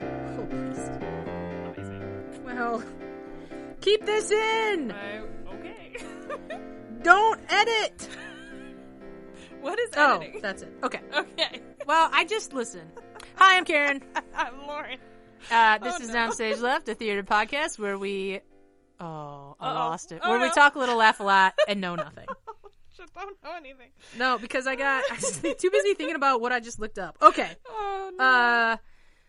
pleased. Amazing. Oh, Well, keep this in. Uh, okay. Don't edit. what is Oh, editing? that's it. Okay. Okay. Well, I just listen. Hi, I'm Karen. I'm Lauren. Uh, this is no. Downstage Left, a theater podcast where we. Oh, I Uh-oh. lost it. Oh, where we no. talk a little, laugh a lot, and know nothing. Just don't know anything. No, because I got I was too busy thinking about what I just looked up. Okay. Oh no. Uh,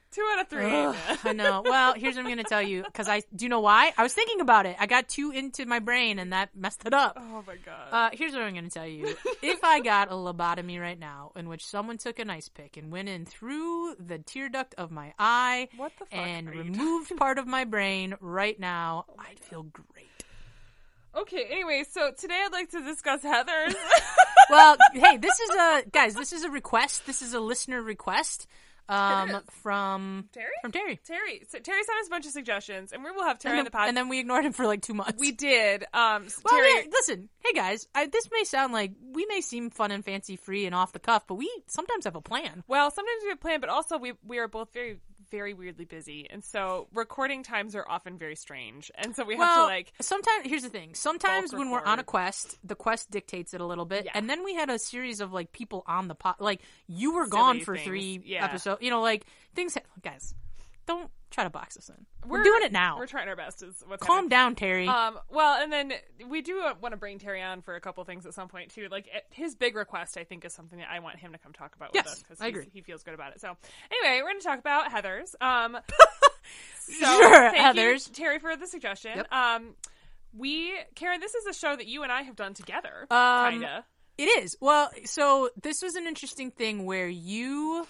Two out of three. ugh, I know. Well, here's what I'm going to tell you because I do you know why. I was thinking about it. I got too into my brain, and that messed it up. Oh my god. Uh, here's what I'm going to tell you. if I got a lobotomy right now, in which someone took an ice pick and went in through the tear duct of my eye what the fuck? and are you Oh removed part of my brain right now, I'd feel great. Okay, anyway, so today I'd like to discuss Heather's. Well, hey, this is a guys. This is a request. This is a listener request um, from Terry? from Terry. Terry. So Terry sent us a bunch of suggestions, and we will have and, Terry on the podcast. and then we ignored him for like two months. we did. Um, s- well, Terry. yeah, listen, hey guys, I, this may sound like we may seem fun and fancy free and off the cuff, but we sometimes have a plan. Well, sometimes we have a plan, but also we we are both very very weirdly busy, and so recording times are often very strange, and so we have well, to like sometimes here's the thing. Sometimes bulk when we're on a record. quest, the quest dictates it a little bit. Yeah. And then we had a series of like people on the pot. Like you were Silly gone for things, three yeah. episodes. You know, like things. Ha- guys, don't try to box us in. We're, We're- doing it now. we're trying our best. Is what's Calm down, Terry. happening. Um, well, and then we do want to bring Terry on for a couple things at some point too. Like eh, his big request, I think, is something that I want him to come talk about Yes, with us because I agree. he feels good about it. So anyway, we're going to talk about Heather's. Um, so Sure, thank Heather's. you, Terry, for the suggestion. Yep. Um, we Karen, this is a show that you and I have done together, Um, kinda. It is. Well, so this was an interesting thing where you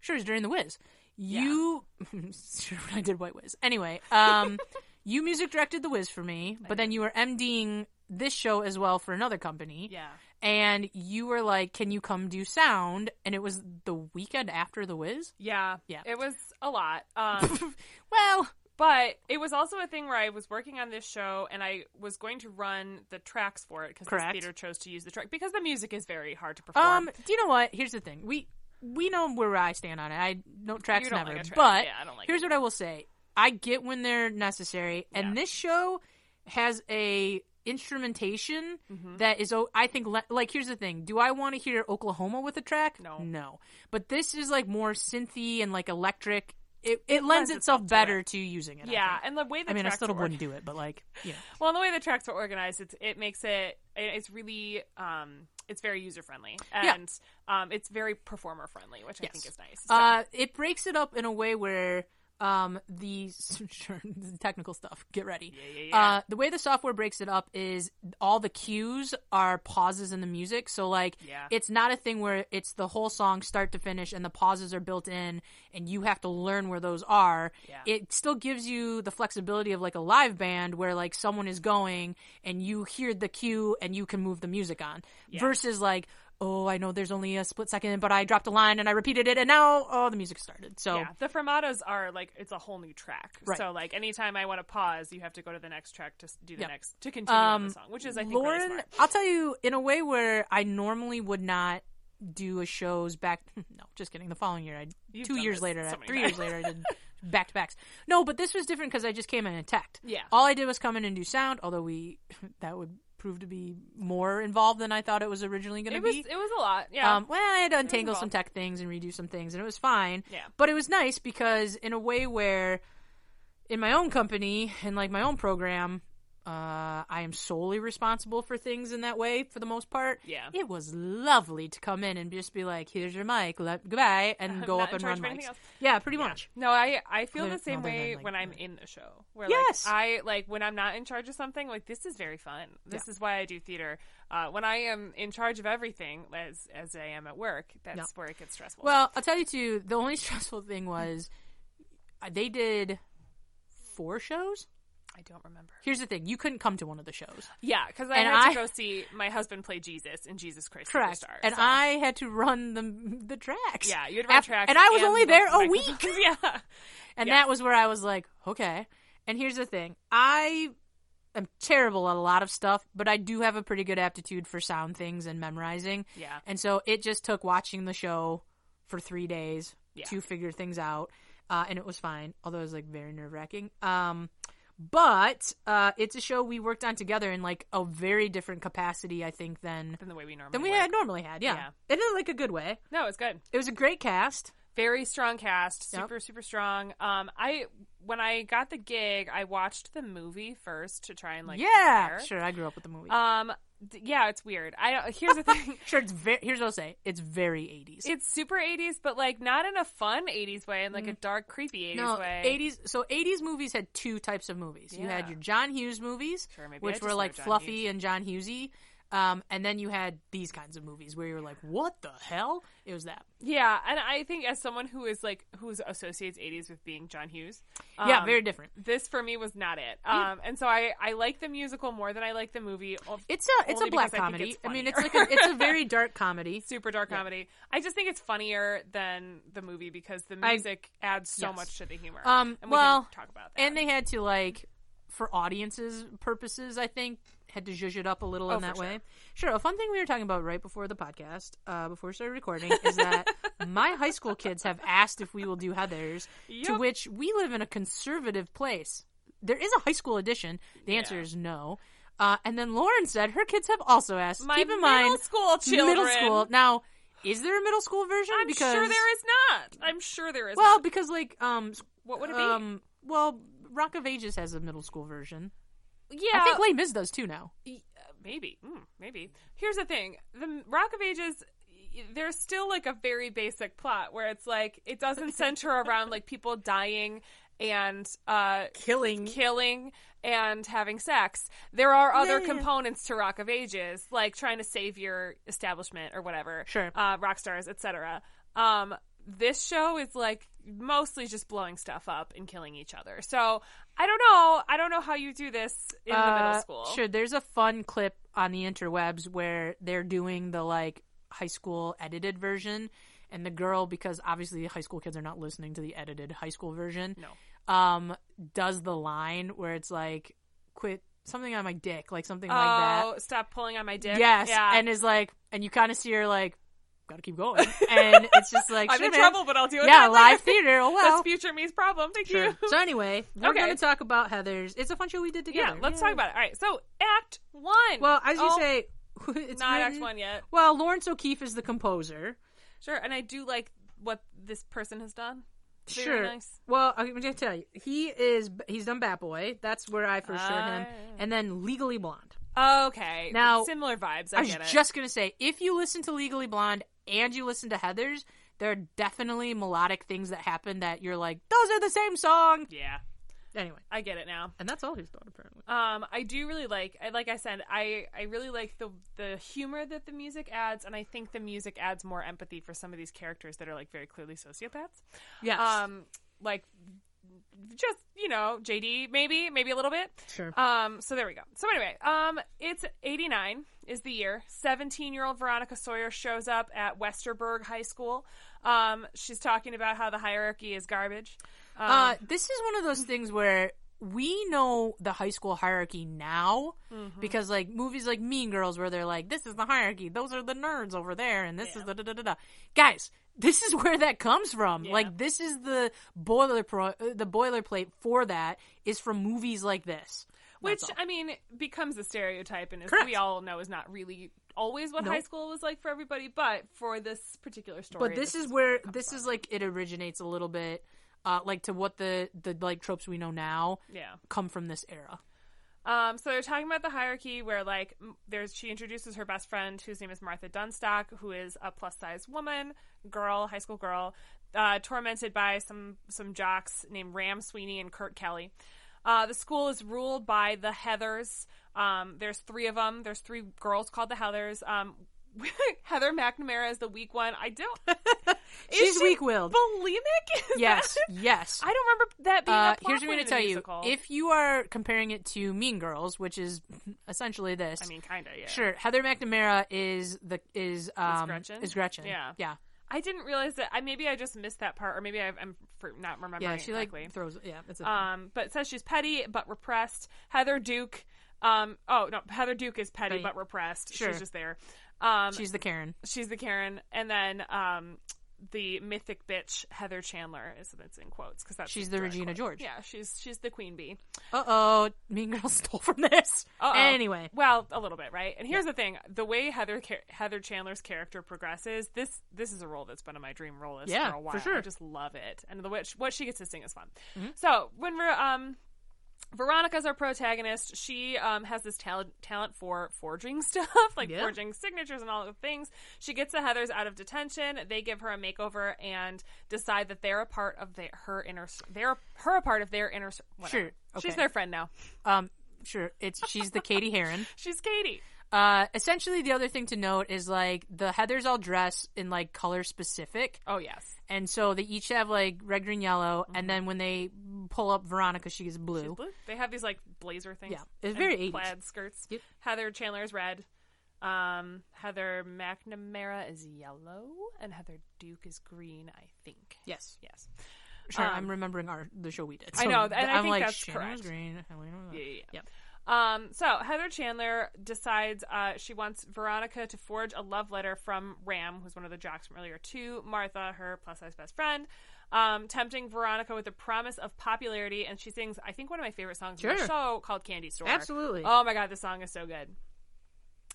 sure it was during the whiz. You sure when I did White Whiz. Anyway, um you music directed the whiz for me, but then you were MDing this show as well for another company. Yeah. And you were like, Can you come do sound? And it was the weekend after the whiz. Yeah, Yeah. It was a lot, um, Well but it was also a thing where I was working on this show and I was going to run the tracks for it because the Correct. theater chose to use the track because the music is very hard to perform. Um, do you know what? Here's the thing. We we know where I stand on it. I no tracks You don't never. like a track. But Yeah, I don't like here's it. what I will say. I get when they're necessary, and Yeah. this show has a instrumentation Mm-hmm. that is. o- I think le- like here's the thing. Do I want to hear Oklahoma with a track? No. no. But this is like more synthy and like electric. It, it, lends lends itself itself to better to using it. I yeah, think. and the way the I, mean, I tracks still were or- wouldn't do it, but like, yeah. well, and the way the tracks are organized, it's it makes it it- it's really um it's very user friendly Yeah. and um it's very performer friendly, which I think Yes. is nice. So, Uh, it breaks it up in a way where um, the sure, the technical stuff. Get ready. yeah, yeah. Uh, the way the software breaks it up is all the cues are pauses in the music. So like, Yeah. it's not a thing where it's the whole song start to finish and the pauses are built in and you have to learn where those are. Yeah. It still gives you the flexibility of like a live band where like someone is going and you hear the cue and you can move the music on versus like, oh, I know there's only a split second, but I dropped a line and I repeated it and now, oh, the music started. So yeah, the fermatas are like it's a whole new track. Right. So like anytime I want to pause, you have to go to the next track to s- do the Yeah. next to continue on the Um, song, which is I think really Lauren, smart. I'll tell you in a way where I normally would not do a show's back. No, just kidding. The following year, I You've two done years this later, so I- many three years times. later, I did back to backs. No, but this was different because I just came in and teched. Yeah. all I did was come in and do sound. Although we that would prove to be more involved than I thought it was originally going to It was be. it was a lot. Yeah. Um, well, I had to untangle some involved. tech things and redo some things, and it was fine. Yeah. But it was nice because, in a way, where in my own company and like my own program, uh, I am solely responsible for things in that way for the most part. Yeah. It was lovely to come in and just be like, "Here's your mic, let, goodbye," and go not up in and charge run of anything mics. else. Yeah, pretty much. no, I I feel Other- the same other than, way like, when I'm the- in the show. Where Yes. like I like when I'm not in charge of something, like this is very fun. This is why I do theater. Uh, when I am in charge of everything, as as I am at work, that's where it gets stressful. Well, I'll tell you too. The only stressful thing was uh, they did four shows. I don't remember. Here's the thing: you couldn't come to one of the shows. Yeah, because I And had I- to go see my husband play Jesus in Jesus Christ Correct. Superstar. and so- I had to run the the tracks. yeah, you had Af- red tracks, And I was only the there a microphones. week. yeah, And Yeah. that was where I was like, okay. And here's the thing. I am terrible at a lot of stuff, but I do have a pretty good aptitude for sound things and memorizing. yeah. And so it just took watching the show for 3 days Yeah. to figure things out. uh, and it was fine, although it was like very nerve wracking. Um, but uh, it's a show we worked on together in like a very different capacity, I think, than than the way we normally than we work. had normally had. Yeah, Yeah. and in like a good way. No, it's good. It was a great cast. Very strong cast, Yep. super super strong. Um, I when I got the gig, I watched the movie first to try and like yeah, prepare. sure. I grew up with the movie. Um, d- yeah, it's weird. I don't, here's the thing. sure, it's very. Here's what I'll say. It's very 80s. It's super 80s, but like not in a fun 80s way, in like a dark, creepy 80s Mm. no, way. 80s. So 80s movies had two types of movies. You had Yeah. your John Hughes movies, Sure, maybe I which just were know like John fluffy and John Hughesy, um, and then you had these kinds of movies where you were like, "What the hell?" It was that. Yeah, and I think as someone who is like who associates 80s with being John Hughes, yeah, um, very different. This for me was not it. Um, and so I I like the musical more than I like the movie. Of- It's a it's a only black because I think comedy. it's I, mean, it's funnier. like a, it's a very dark comedy. super dark comedy. I just think it's funnier than the movie because the I- music adds so yes. much to the humor. Um, and we well, can talk about that. and they had to like for audiences purposes i think had to zhuzh it up a little in Oh, for that sure. way sure a fun thing we were talking about right before the podcast uh, before we started recording is that my high school kids have asked if we will do heathers to Yup. which we live in a conservative place there is a high school edition the answer Yeah. is no uh, and then lauren said her kids have also asked my keep in middle mind school children. middle school now is there a middle school version I'm because sure there is not. I'm sure there is. well not. because like um what would it be? um, well, Rock of Ages has a middle school version. yeah, I think Les Mis does too now. Y- uh, maybe mm, maybe here's the thing the rock of ages y- there's still like a very basic plot where it's like it doesn't center around like people dying and uh Killing. killing and having sex there are other yeah, yeah. components to rock of ages like trying to save your establishment or whatever Sure. uh rock stars etc um this show is like mostly just blowing stuff up and killing each other so i don't know i don't know how you do this in the middle school Sure, there's a fun clip on the interwebs where they're doing the like high school edited version, and the girl, because obviously the high school kids are not listening to the edited high school version, no um, does the line where it's like, "Quit something on my dick," like something like that. Oh, stop pulling on my dick. Yes, Yeah. and is like, and you kind of see her like, "Gotta keep going," and it's just like, I'm "Sure, in man." trouble, but I'll deal with yeah, that live later. theater. Oh well, That's future me's problem. Thank Sure. you. So anyway, we're Okay. going to talk about Heather's. It's a fun show we did together. Yeah, let's talk about it. All right, so Act One. Well, as you Oh, say, it's not Act written- One yet. Well, Lawrence O'Keefe is the composer. Sure, and I do like what this person has done. Very sure. nice. Well, I'm going to tell you, he is. He's done Bat Boy. That's where I first heard him, Ah. and then Legally Blonde. Okay, Now- similar vibes. I, I was get it. just going to say, if you listen to Legally Blonde and you listen to Heather's, there are definitely melodic things that happen that you're like, those are the same song. yeah, Anyway, I get it now. and that's all he's done apparently. Um, I do really like, I like I said, I, I really like the the humor that the music adds, and I think the music adds more empathy for some of these characters that are like very clearly sociopaths. Yes. um like just you know jd maybe maybe a little bit sure. um so there we go so anyway um it's 89 is the year 17 year old veronica sawyer shows up at westerberg high school um she's talking about how the hierarchy is garbage um, Uh, this is one of those things where we know the high school hierarchy now because like movies like Mean Girls where they're like this is the hierarchy those are the nerds over there and this is the da da da da guys this is where that comes from like this is the boiler pro- uh, the boilerplate for that is from movies like this which That's all. i mean becomes a stereotype and is, Correct. we all know is not really always what Nope. high school was like for everybody but for this particular story but this is where this is like it originates a little bit uh like to what the the like tropes we know now yeah come from this era Um, so they're talking about the hierarchy where like m- there's she introduces her best friend whose name is Martha Dunstock, who is a plus size woman, girl, high school girl, uh, tormented by some some jocks named Ram Sweeney and Kurt Kelly. Uh, the school is ruled by the Heathers. Um, there's three of them. There's three girls called the Heathers. Um, Heather McNamara is the weak one. I don't. is she's she weak-willed Bulimic? Is yes that- yes I don't remember that being. Uh, a plot here's what I'm going going to to tell you. If you are comparing it to Mean Girls, which is essentially this, I mean, kind of, yeah. sure, Heather McNamara is the is um Gretchen? is Gretchen. Yeah. yeah, I didn't realize that. I maybe I just missed that part, or maybe I, I'm for not remembering. yeah. She exactly. like throws. Yeah, it's a um, but it says she's petty but repressed. Heather Duke. Um, oh no, Heather Duke is petty Petty. but repressed. Sure. She's just there. Um, she's the Karen. she's the Karen, and then um, the mythic bitch Heather Chandler is that's in quotes because that's She's the direct Regina quote. George. Yeah, she's she's the queen bee. Uh oh, Mean Girls stole from this. Uh-oh. Anyway, well, a little bit, right? And here's the thing: the way Heather Ca- Heather Chandler's character progresses, this this is a role that's been on my dream role list Yeah, for a for while. I sure. Mm-hmm. just love it, and the which what she gets to sing is fun. So when we're um. Veronica's our protagonist. She um, has this talent talent for forging stuff, like Yeah. forging signatures and all the things. She gets the Heather's out of detention. They give her a makeover and decide that they're a part of the, her inner. They're her a part of their inner. whatever. Sure. Okay. she's their friend now. um, sure. It's she's the Katie Heron. She's Katie. Uh, essentially, the other thing to note is like the Heather's all dress in like color specific, Oh yes. and so they each have like red, green, yellow, and then when they pull up Veronica, she gets blue. Mm-hmm. She's blue. They have these like blazer things. Yeah. It's and very 80s. plaid skirts. Yep. Heather Chandler is red. Um, Heather McNamara is yellow, and Heather Duke is green. I think. Yes, Yes. sure. Um, I'm remembering our the show we did. I so know, and I I'm think like that's Shannon was correct. green. Helena was- Yeah, yeah, yeah. Yep. Um, so Heather Chandler decides uh, she wants Veronica to forge a love letter from Ram, who's one of the jocks from earlier, to Martha, her plus size best friend, um, tempting Veronica with the promise of popularity. And she sings, I think, one of my favorite songs in the Sure. show called Candy Store. Absolutely. Oh my god, this song is so good.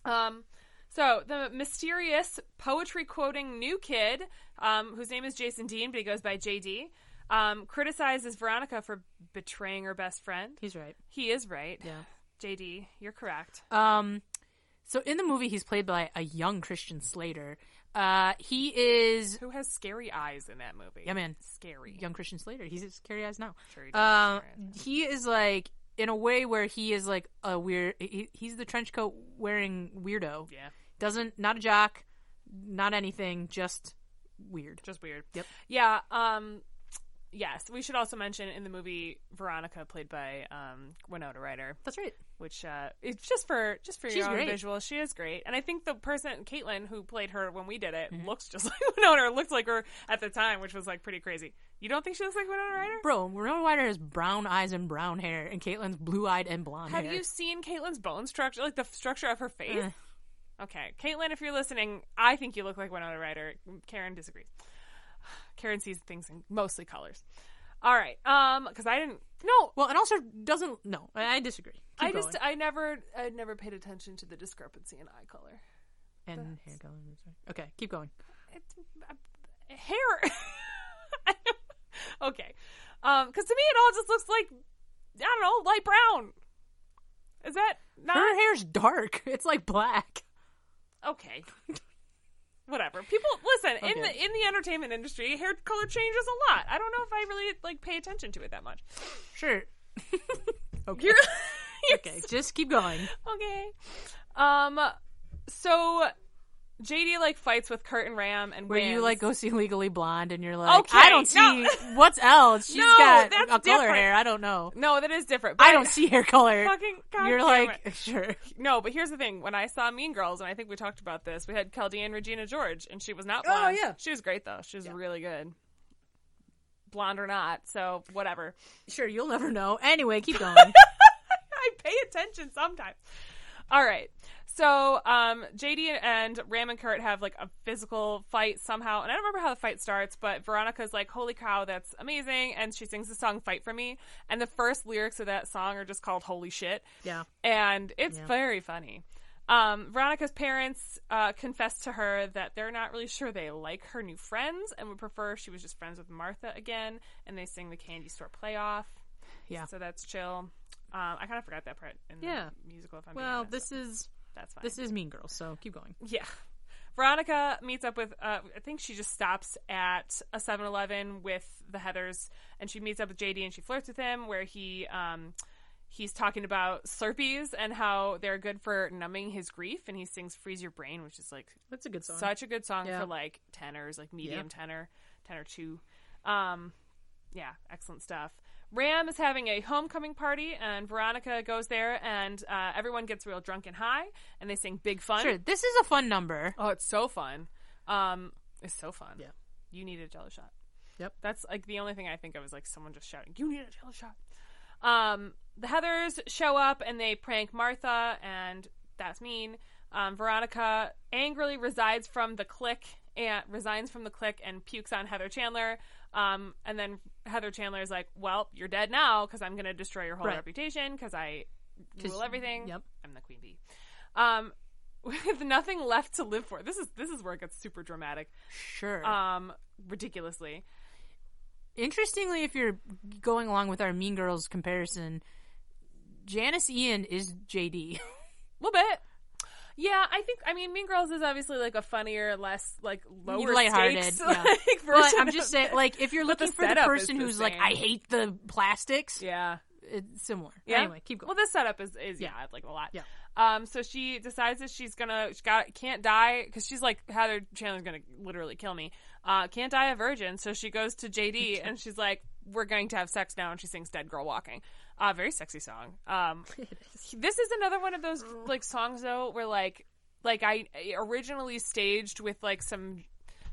Um, so the mysterious poetry quoting new kid, um, whose name is Jason Dean, but he goes by JD, um, criticizes Veronica for betraying her best friend. He's right. He is right. Yeah. JD, you're correct. Um, so in the movie, he's played by a young Christian Slater. Uh, he is Who has scary eyes in that movie? Yeah, man. Scary. young Christian Slater. He's as scary eyes now. Sure he does. Um, Sure. he is like in a way where he is like a weird. He, he's the trench coat wearing weirdo. Yeah. Doesn't not a jock, not anything, just weird. Just weird. Yep. Yeah. Um. Yes. We should also mention in the movie Veronica, played by um, Winona Ryder, That's right. which uh, it's just for just for She's your own great. visual. She is great, and I think the person Caitlin who played her when we did it Mm-hmm. looks just like Winona. Or looked like her at the time, which was like pretty crazy. You don't think she looks like Winona Ryder? Bro, Winona Ryder has brown eyes and brown hair, and Caitlyn's blue eyed and blonde Have hair. you seen Caitlin's bone structure, like the f- structure of her face? Eh. Okay, Caitlin, if you're listening, I think you look like Winona Ryder. Karen disagrees. Karen sees things in mostly colors. All right, um, because I didn't. No, Well, and also doesn't. No, I I disagree. Keep I going. just, uh, I never, I never paid attention to the discrepancy in eye color. and hair color. I'm sorry. Okay, keep going. It's, uh, hair. I don't- okay, um, because to me it all just looks like I don't know, light brown. Is that not Her hair's dark. It's like black. okay. Whatever. People listen, in Okay. the in the entertainment industry, hair color changes a lot. I don't know if I really like pay attention to it that much. Sure. okay. You're okay, just keep going. okay. Um so JD like fights with Kurt and Ram and Where you wins. like go see Legally Blonde and you're like, Okay, I don't see no. what's else. She's No, got that's a color different. hair. I don't know. No, that is different. but I don't see hair color. fucking God you're damn like, it. sure. No, but here's the thing. When I saw Mean Girls, and I think we talked about this, we had Keldean Regina George, and she was not Oh, blonde. yeah. She was great though. She was really good. Blonde or not, so whatever. Sure, you'll never know. Anyway, keep going. I pay attention sometimes. All right. So um, JD and Ram and Kurt have like a physical fight somehow, and I don't remember how the fight starts, but Veronica's like, "Holy cow, that's amazing!" and she sings the song "Fight for Me," and the first lyrics of that song are just called "Holy shit," yeah. and it's Yeah. very funny. Um, Veronica's parents uh, confess to her that they're not really sure they like her new friends and would prefer if she was just friends with Martha again, and they sing the Candy Store Playoff. Yeah. So that's chill. Um, I kind of forgot that part in Yeah. the musical. If I'm being Well, honest. this is that's fine. this is Mean Girls, so keep going. yeah. Veronica meets up with. Uh, I think she just stops at a 7-Eleven with the Heather's, and she meets up with JD and she flirts with him, where he um, he's talking about Slurpees and how they're good for numbing his grief, and he sings "Freeze Your Brain," which is like That's a good song. such a good song Yeah. for like tenors, like medium Yeah. tenor, tenor two. Um, yeah, excellent stuff. Ram is having a homecoming party, and Veronica goes there, and uh, everyone gets real drunk and high, and they sing "Big Fun." sure, this is a fun number. Oh, it's so fun. Um, it's so fun. Yeah. You need a jello shot. Yep. That's like the only thing I think of is like someone just shouting, "You need a jello shot." Um, the Heathers show up and they prank Martha, and that's mean. Um, Veronica angrily resides from the clique and resigns from the clique and pukes on Heather Chandler. Um, and then Heather Chandler is like, "Well, you're dead now because I'm going to destroy your whole Right. reputation because I 'Cause- rule everything. yep. I'm the queen bee." Um, with nothing left to live for. This is this is where it gets super dramatic. Sure. Um, ridiculously. Interestingly, if you're going along with our Mean Girls comparison, Janice Ian is JD. A little bit. Yeah, I think I mean Mean Girls is obviously like a funnier, less like lower Lighthearted, stakes yeah. like, but version I'm just of saying, this. like, if you're But the looking for the setup is person the who's like, same. I hate the plastics, yeah. it's similar. Yeah. Anyway, keep going. Well, this setup is is yeah, Yeah. like a lot. Yeah. Um. So she decides that she's gonna she got can't die because she's like Heather Chandler's gonna literally kill me. Uh, can't die a virgin. So she goes to JD and she's like, "We're going to have sex now," and she sings "Dead Girl Walking." Uh, very sexy song. Um, this is another one of those like songs though where like like I originally staged with like some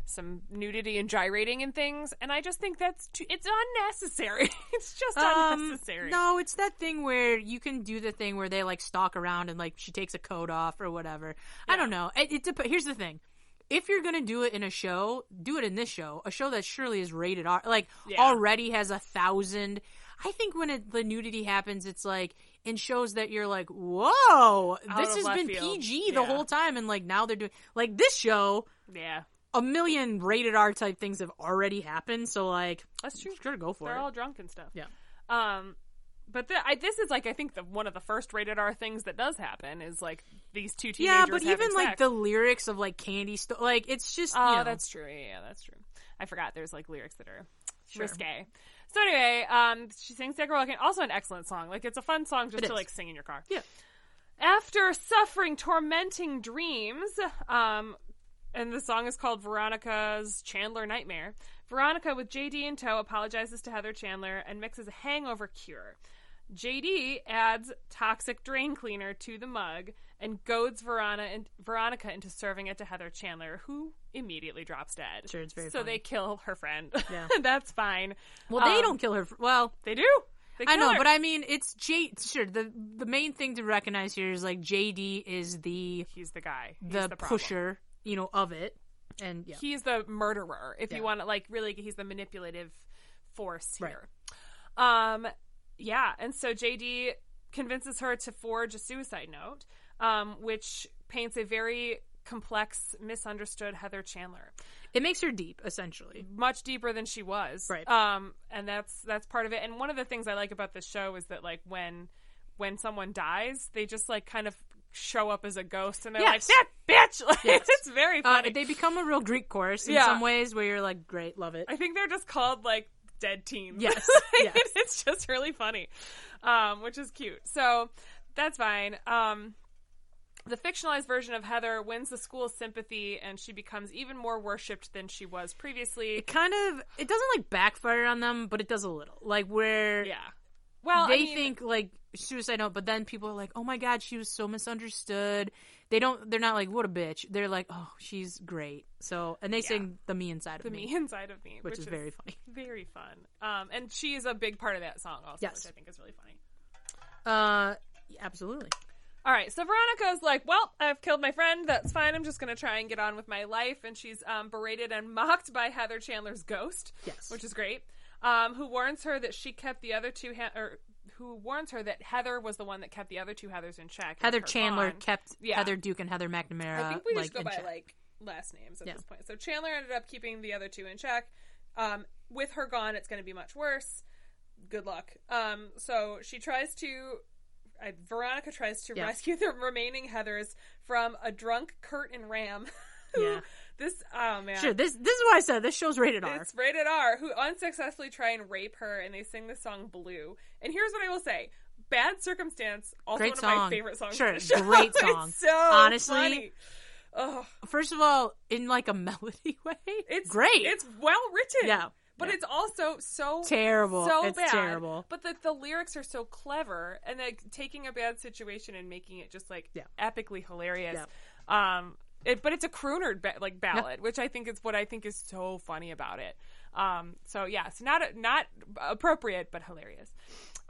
some nudity and gyrating and things, and I just think that's too, it's unnecessary. it's just Um, unnecessary. No, it's that thing where you can do the thing where they like stalk around and like she takes a coat off or whatever. I don't know. It, it dep- here's the thing. If you're gonna do it in a show, do it in this show. A show that surely is rated R, like Yeah. already has a thousand. I think when it, the nudity happens, it's like in shows that you're like, whoa, of this has left been field. PG the Yeah. whole time, and like now they're doing like this show. Yeah. A million rated R type things have already happened, so like, That's true. sure, go for They're it. all drunk and stuff. Yeah. Um, but the, I, this is like I think the one of the first rated R things that does happen is like these two teenagers. Yeah, but having even like sex. the lyrics of like candy store, like it's just oh, you know, that's true. Yeah, yeah, that's true. I forgot. There's like lyrics that are Sure. risque. So anyway, um, she sings "Dead Girl Walking," also an excellent song. Like it's a fun song just It to is. like sing in your car. Yeah. After suffering tormenting dreams, um, and the song is called Veronica's Chandler Nightmare. Veronica, with JD in tow, apologizes to Heather Chandler and mixes a hangover cure. JD adds toxic drain cleaner to the mug and goads Verona and Veronica into serving it to Heather Chandler, who immediately drops dead. Sure, it's very so funny. they kill her friend. Yeah. That's fine. well they um, don't kill her. For, well, They do. They I kill know, her. but I mean it's J. Sure, the the main thing to recognize here is like JD is the he's the guy. He's the, the problem. pusher, you know, of it, and yeah, He's the murderer. If you Yeah. want to, like, really, he's the manipulative force Right. here. Um, yeah, and so JD convinces her to forge a suicide note, um, which paints a very complex, misunderstood Heather Chandler. it makes her deep essentially. much deeper than she was. Right. Um, and that's that's part of it. And one of the things I like about this show is that like when when someone dies, they just like kind of show up as a ghost and they're Yes. like that bitch. Like, Yes. It's very Uh, funny. they become a real Greek chorus in Yeah. some ways, where you're like, great, love it. I think they're just called like dead teens. Yes, Like, yes. it's just really funny, um, which is cute. So that's fine. Um, the fictionalized version of Heather wins the school's sympathy, and she becomes even more worshipped than she was previously. It kind of it doesn't like backfire on them, but it does a little. Like where Yeah. Well, I they mean- think like suicide note, but then people are like, "Oh my god, she was so misunderstood." They don't. They're not like, "What a bitch." They're like, "Oh, she's great." So, and they sing the me inside of the me, me inside of me, which, is, very funny. very fun. Um, and she is a big part of that song also, Yes. which I think is really funny. Uh, yeah, absolutely. All right, so Veronica's like, "Well, I've killed my friend. That's fine. I'm just gonna try and get on with my life." And she's um, berated and mocked by Heather Chandler's ghost, Yes. which is great. Um, who warns her that she kept the other two, he- or who warns her that Heather was the one that kept the other two Heathers in check. and Heather her Chandler gone. kept Yeah. Heather Duke and Heather McNamara. I think we Uh, like, just go in by check. like last names at Yeah. this point. So Chandler ended up keeping the other two in check. Um, with her gone, it's going to be much worse. Good luck. Um, so she tries to. Uh, Veronica tries to Yeah. rescue the remaining Heathers from a drunk Kurt and Ram. who- Yeah. This. Oh man. Sure. This this is why I said this show's rated R. It's rated R, who unsuccessfully try and rape her, and they sing the song Blue. And here's what I will say Bad Circumstance, also Great one of my song. favorite songs. Sure, on the show. great It's song. so Honestly, funny. Ugh. First of all, in like a melody way, It's great. It's well written. Yeah. But Yeah. it's also so terrible. So it's bad. terrible. But the, the lyrics are so clever and like taking a bad situation and making it just like Yeah. epically hilarious. Um it, but it's a crooner ba- like ballad, which I think is what I think is so funny about it. Um so yeah, it's not not appropriate but hilarious.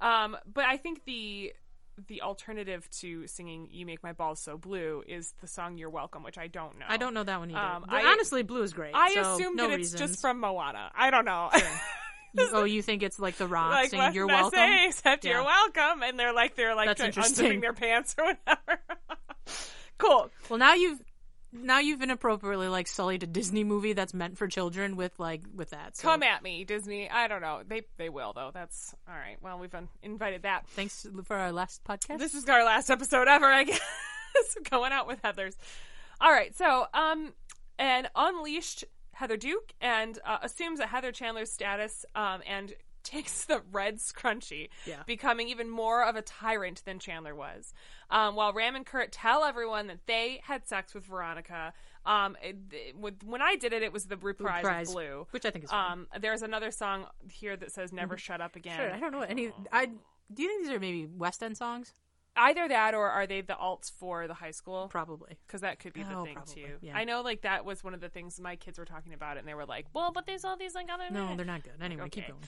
Um but I think the the alternative to singing "You Make My Balls So Blue" is the song "You're Welcome," which I don't know. I don't know that one either. Um, but I- honestly, blue is great. I so assume no that it's reasons. just from Moana. I don't know. You- oh, you think it's like the rock like saying what you're can I welcome? say except Yeah. you're welcome, and they're like they're like That's trying- interesting. unzipping their pants or whatever. cool. Well, now you've now you've inappropriately like sullied a Disney movie that's meant for children with like with that. So Come at me, Disney. I don't know. They they will though. That's all right. Well, we've un- invited that. thanks for our last podcast. This is our last episode ever, I guess. Going out with Heather's. All right. So, um, an unleashed Heather Duke and uh, assumes that Heather Chandler's status um, and takes the red scrunchie, Yeah. becoming even more of a tyrant than Chandler was. Um, while Ram and Kurt tell everyone that they had sex with Veronica. Um, it, it- with- when I did it, it was the reprise, Prize, of Blue. which I think is fine. Um, there's another song here that says "Never Shut Up Again." Mm-hmm. Sure, I don't know what any. I do you think these are maybe West End songs? Either that, or are they the alts for the high school? Probably. because that could be the Oh, thing probably, too. yeah. I know, like that was one of the things my kids were talking about, and they were like, "Well, but there's all these like other No, they're not good. Anyway, keep Okay. going.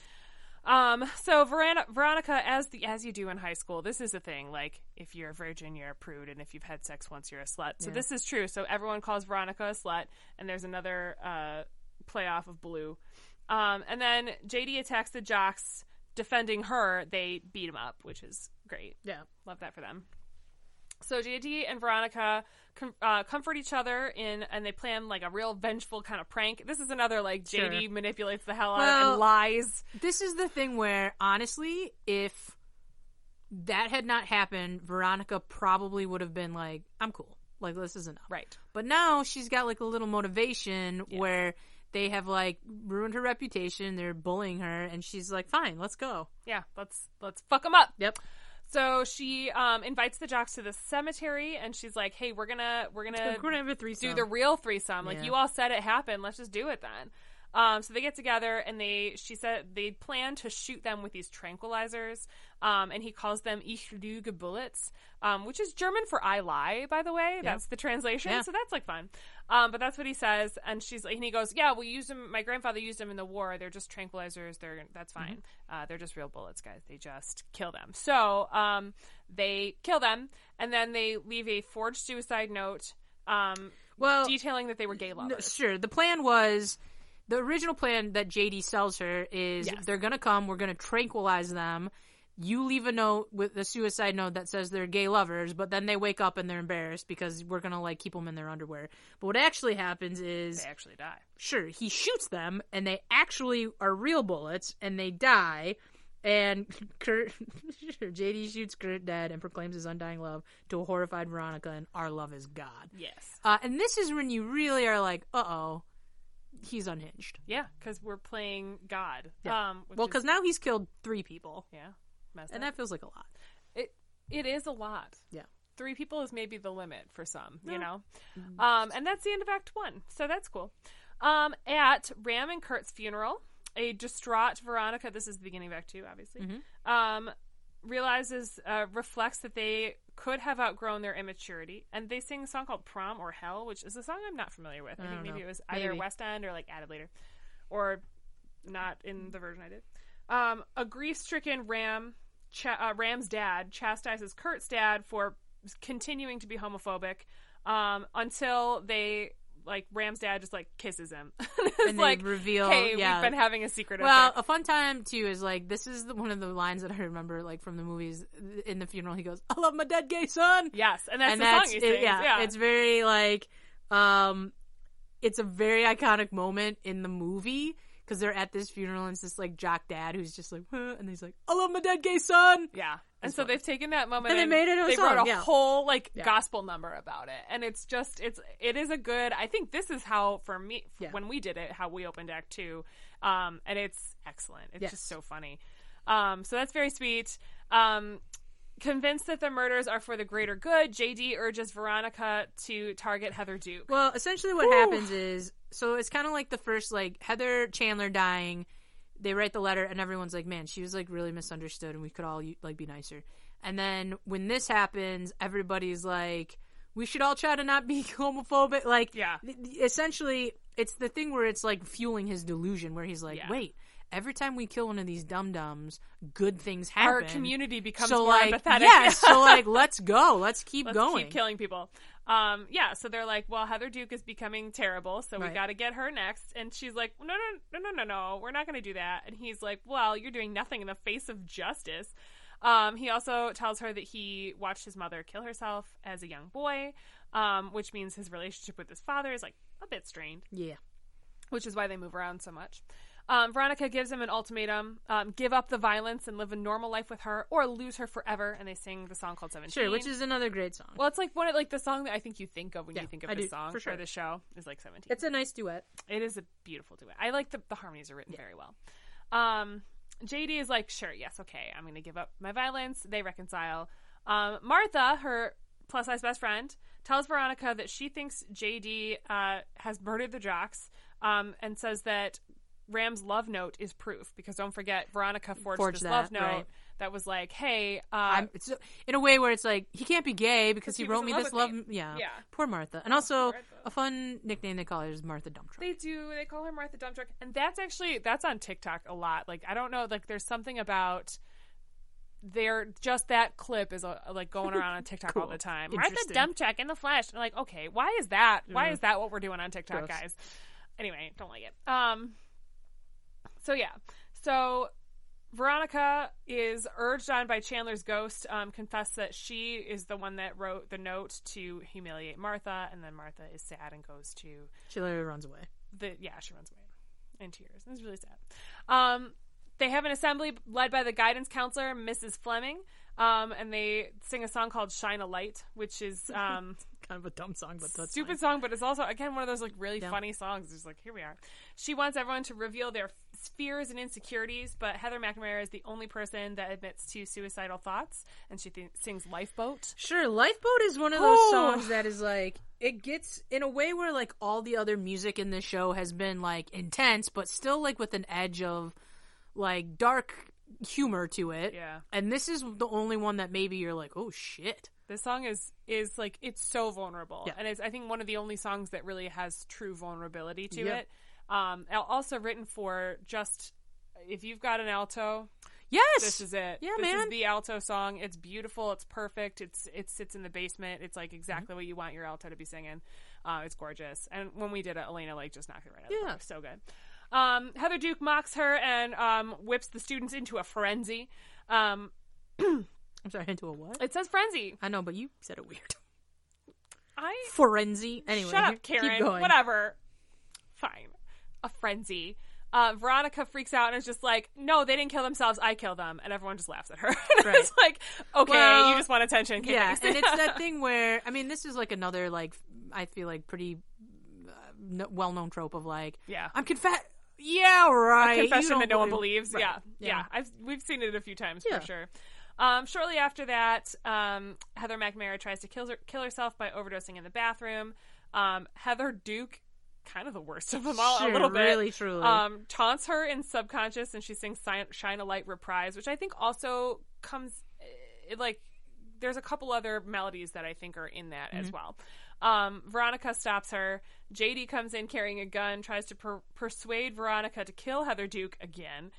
Um, so Verana- Veronica, as the as you do in high school, this is a thing. Like, if you're a virgin, you're a prude, and if you've had sex once, you're a slut. So Yeah. this is true. So everyone calls Veronica a slut, and there's another uh, playoff of blue. Um, and then JD attacks the jocks, defending her. They beat him up, which is great. Yeah. Love that for them. So JD and Veronica com- uh, comfort each other in, and they plan like a real vengeful kind of prank. This is another like Sure. JD manipulates the hell out of Well- and lies. This is the thing where honestly, if that had not happened, Veronica probably would have been like, "I'm cool. Like this is enough." Right. But now she's got like a little motivation Yes. where they have like ruined her reputation. They're bullying her, and she's like, "Fine, let's go." Yeah. Let's let's fuck them up. Yep. So she um, invites the jocks to the cemetery, and she's like, "Hey, we're gonna we're gonna We're gonna have a threesome. do the real threesome. Like Yeah. you all said it happened. Let's just do it then." Um, so they get together and they she said they plan to shoot them with these tranquilizers, um, and he calls them Ich lüge bullets, um, which is German for "I lie." By the way, that's the translation. Yeah. So that's like fun. Um, but that's what he says, and she's and he goes, "Yeah, we used them. My grandfather used them in the war. They're just tranquilizers. They're that's Mm-hmm. fine. Uh, they're just real bullets, guys. They just kill them. So um, they kill them, and then they leave a forged suicide note." Um, well, detailing that they were gay Oh. No, lovers. sure. The plan was the original plan that JD sells her is Yes. they're gonna come, we're gonna tranquilize them. You leave a note with a suicide note that says they're gay lovers, but then they wake up and they're embarrassed because we're gonna like keep them in their underwear. But what actually happens is, They actually die. sure, he shoots them and they actually are real bullets and they die. And Kurt, sure, JD shoots Kurt dead and proclaims his undying love to a horrified Veronica and our love is God. Yes. Uh, and this is when you really are like, uh oh, he's unhinged. Yeah, because we're playing God. Yeah. Um, which Well, is- because now he's killed three people, yeah, messed and up. that feels like a lot. it it is a lot. Yeah. Three people is maybe the limit for some, Yeah. you know. Uh, Um, and that's the end of Act One, so that's cool. Um, at Ram and Kurt's funeral, a distraught Veronica. This is the beginning of Act Two, obviously. Mm-hmm. Um, realizes uh, reflects that they could have outgrown their immaturity, and they sing a song called "Prom" or "Hell," which is a song I'm not familiar with. I, think don't maybe know. it was either Maybe. West End or like added later, or not in the version I did. Um, a grief-stricken Ram, cha- uh, Ram's dad chastises Kurt's dad for continuing to be homophobic um, until they like Ram's dad just like kisses him. it's And they like reveal- hey, yeah. we've been having a secret Well, affair. a fun time too is like this is the, one of the lines that I remember like from the movies. In the funeral, he goes, "I love my dead gay son," Yes, and that's and the that's song he it- sings. yeah, yeah, it's very like, um, it's a very iconic moment in the movie because they're at this funeral and it's this like jock dad who's just like, huh, and he's like, "I love my dead gay son." Yeah. And It's so fun. they've taken that moment And they made it a they song, wrote a yeah. whole like Yeah. gospel number about it, and it's just it's it is a good. I think this is how for me Yeah. when we did it, how we opened Act Two, um, and it's excellent. It's Yes. just so funny. Um, so that's very sweet. Um, convinced that the murders are for the greater good, JD urges Veronica to target Heather Duke. Well, essentially what happens is so it's kind of like the first like Heather Chandler dying. They write the letter and everyone's like, "Man, she was like really misunderstood and we could all like be nicer." And then when this happens, everybody's like, "We should all try to not be homophobic." Like Yeah. th- th- essentially it's the thing where it's like fueling his delusion where he's like, Yeah. "Wait, every time we kill one of these dum dums, good things happen. Our community becomes so more like empathetic. yeah, so like let's go, let's keep Let's going. keep killing people. Um, yeah, so they're like, well, Heather Duke is becoming terrible, so we Right. got to get her next. And she's like, no, no, no, no, no, no, we're not going to do that. And he's like, well, you're doing nothing in the face of justice. Um, he also tells her that he watched his mother kill herself as a young boy, um, which means his relationship with his father is like a bit strained yeah, which is why they move around so much. Um, Veronica gives him an ultimatum: um, give up the violence and live a normal life with her, or lose her forever. And they sing the song called Seventeen. sure. Which is another great song. well, it's like one of, like the song that I think you think of when Yeah, you think of I this do, song for sure. or the show is like Seventeen. it's a nice duet. It is a beautiful duet. I like the the harmonies are written very well. Um, JD is like, sure, yes, okay, I'm going to give up my violence. They reconcile. Um, Martha, her plus size best friend, tells Veronica that she thinks JD uh, has murdered the Jocks, um, and says that Ram's love note is proof because don't forget Veronica forged, Forged this that, love note right. that was like, hey, uh, I'm, it's in a way where it's like he can't be gay because he he was wrote in me love this with love. me. Yeah. Yeah. poor Martha. And also Martha. a fun nickname they call her is Martha Dump Truck. They do. They call her Martha Dump Truck, and that's actually that's on TikTok a lot. Like I don't know, like there's something about they're just that clip is uh, like going around on TikTok all Cool. the time. Martha Interesting. Dump Truck in the flesh. And, like, okay, why is that? Why Yeah. is that what we're doing on TikTok, Gross. guys? Anyway, don't like it. Um. So yeah, so Veronica is urged on by Chandler's ghost, um, confess that she is the one that wrote the note to humiliate Martha, and then Martha is sad and goes to She literally runs away. the yeah, she runs away in tears. It's really sad. Um, they have an assembly led by the guidance counselor, Mrs. Fleming, um, and they sing a song called "Shine a Light," which is um, Kind of a dumb song, but that's stupid fine. song, but it's also again one of those like really Yeah. funny songs. It's like here we are. She wants everyone to reveal their f- fears and insecurities, but Heather McNamara is the only person that admits to suicidal thoughts, and she th- sings "Lifeboat." Sure, Lifeboat is one of those Ooh. songs that is like it gets in a way where like all the other music in this show has been like intense, but still like with an edge of like dark humor to it. Yeah. And this is the only one that maybe you're like, oh shit. This song is is like it's so vulnerable, Yeah. and it's I think one of the only songs that really has true vulnerability to Yeah. it. Um, al- also written for just if you've got an alto, Yes. this is it. Yeah, this is man. the alto song. It's beautiful. It's perfect. It's it sits in the basement. It's like exactly Mm-hmm. what you want your alto to be singing. Uh, it's gorgeous. And when we did it, Elena like just knocked it right out. Yeah. of the park. so good. Um, Heather Duke mocks her and um, whips the students into a frenzy. Um, I'm sorry, into a what? it says frenzy. I know, but you said it weird. I Forenzi. Anyway, Shut up, keep Karen. going. Whatever. Fine. A frenzy. Uh, Veronica freaks out and is just like, "No, they didn't kill themselves. I kill them." And everyone just laughs at her. Right. it's like, okay, Well, you just want attention. Okay, yeah thanks. and it's that thing where i mean this is like another like i feel like pretty uh, no, well-known trope of like Yeah. i'm confess yeah right you confession don't that no one believe- believes. Right. Yeah. yeah, Yeah. I've we've seen it a few times Yeah. for sure. Um, shortly after that, um, Heather McNamara tries to kill her, kill herself by overdosing in the bathroom. Um, Heather Duke, kind of the worst of them all, Sure, a little bit. really truly um, taunts her in subconscious, and she sings "Si- "Shine a Light" reprise, which I think also comes eh, it, like there's a couple other melodies that I think are in that Mm-hmm. as well. Um, Veronica stops her. JD comes in carrying a gun, tries to per- persuade Veronica to kill Heather Duke again.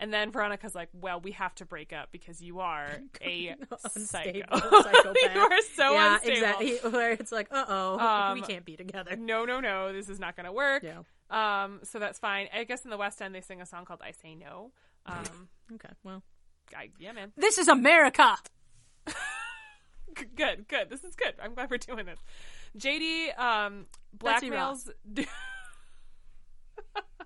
And then Veronica's like, "Well, we have to break up because you are a psycho. Unstable psychopath. you are so yeah unstable. exactly where it's like uh-oh Um, we can't be together No, no, no. This is not going to work. yeah Um, so that's fine. I guess in the West End they sing a song called "I Say No." Um, okay well I, yeah, man. this is america G- Good, good. This is good. I'm glad we're doing this. JD um, That's Iraq. blackmails.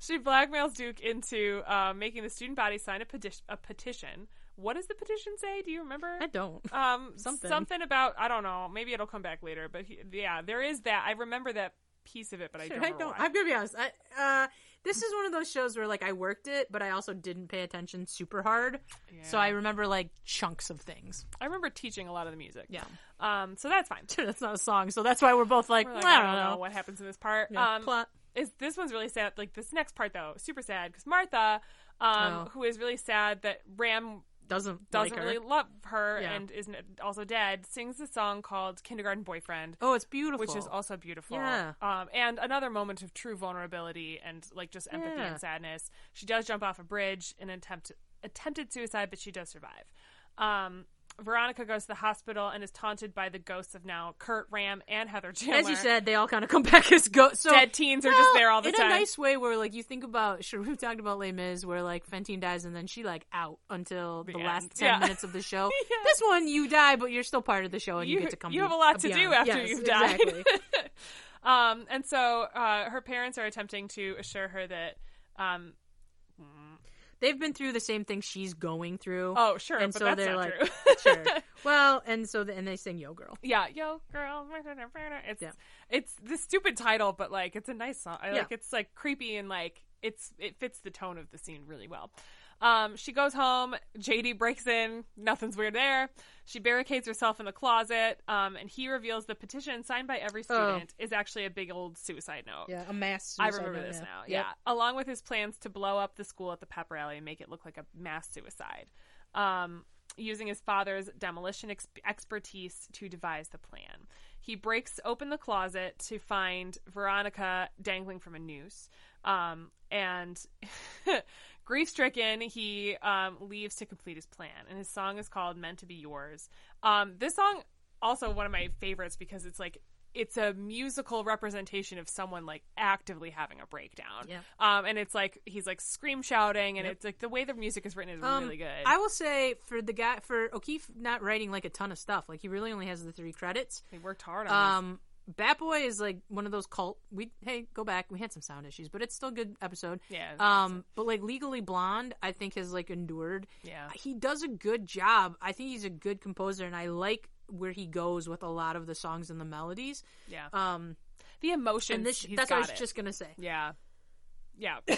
she blackmails Duke into uh, making the student body sign a, peti- a petition. What does the petition say? Do you remember? i don't um, Something. something about I don't know. Maybe it'll come back later. But he, yeah, there is that. I remember that piece of it, but I don't. I remember don't. why. I'm gonna be honest. I, uh, this is one of those shows where like I worked it, but I also didn't pay attention super hard, so Yeah. I remember like chunks of things. I remember teaching a lot of the music. Um, so that's fine. that's not a song, so that's why we're both like, We're like, "Mm, I don't know. what happens in this part. Yeah, Um, plot. is this one's really sad. Like this next part though, super sad because Martha, um, Oh. who is really sad that Ram doesn't doesn't like her. really love her Yeah. and is n- also dead, sings a song called Kindergarten Boyfriend, oh, it's beautiful. which is also beautiful. Yeah. Um, and another moment of true vulnerability and like just empathy Yeah. and sadness. She does jump off a bridge in an attempt attempted suicide, but she does survive. Um, Veronica goes to the hospital and is taunted by the ghosts of now Kurt Ram and Heather Chandler. as you said, they all kind of come back as go. So dead teens are just Well, there all the in time. a nice way, where like you think about sure we've talked about Les Mis, where like Fentine dies and then she like out until the, The last end. ten Yeah. minutes of the show. Yeah. This one you die, but you're still part of the show and you, get to come. have be- a lot to be do on. after Yes, you've died. exactly. um, and so uh, her parents are attempting to assure her that, um, They've been through the same thing she's going through. oh, sure, and but so that's they're not like, true. sure. Well, and so the, and they sing "Yo Girl." yeah, yo, girl, it's Yeah. it's the stupid title, but like it's a nice song. I Yeah. like it's like creepy and like it's it fits the tone of the scene really well. Um, she goes home. JD breaks in. Nothing's weird there. She barricades herself in the closet, um, and he reveals the petition signed by Oh. every student is actually a big old suicide note. Yeah, a mass. I suicide remember note this now. Yep. Yeah. Along with his plans to blow up the school at the pep rally and make it look like a mass suicide, um, using his father's demolition ex- expertise to devise the plan. He breaks open the closet to find Veronica dangling from a noose. Um, and grief stricken, he um, leaves to complete his plan. And his song is called Meant to Be Yours. Um, this song, also one of my favorites because it's like, it's a musical representation of someone like actively having a breakdown. Yeah. Um, and it's like, he's like scream shouting, and Yep. it's like the way the music is written is Um, really good. I will say for the guy for O'Keefe not writing like a ton of stuff. Like he really only has the three credits. they worked hard on this. Um, Bat Boy is like one of those cult. We hey, go back. We had some sound issues, but it's still a good episode. Yeah. Um, but like Legally Blonde, I think has like endured. Yeah. He does a good job. I think he's a good composer, and I like where he goes with a lot of the songs and the melodies. Yeah. Um, the emotions. and this he's that's got what I was it. just gonna say. Yeah. Yeah.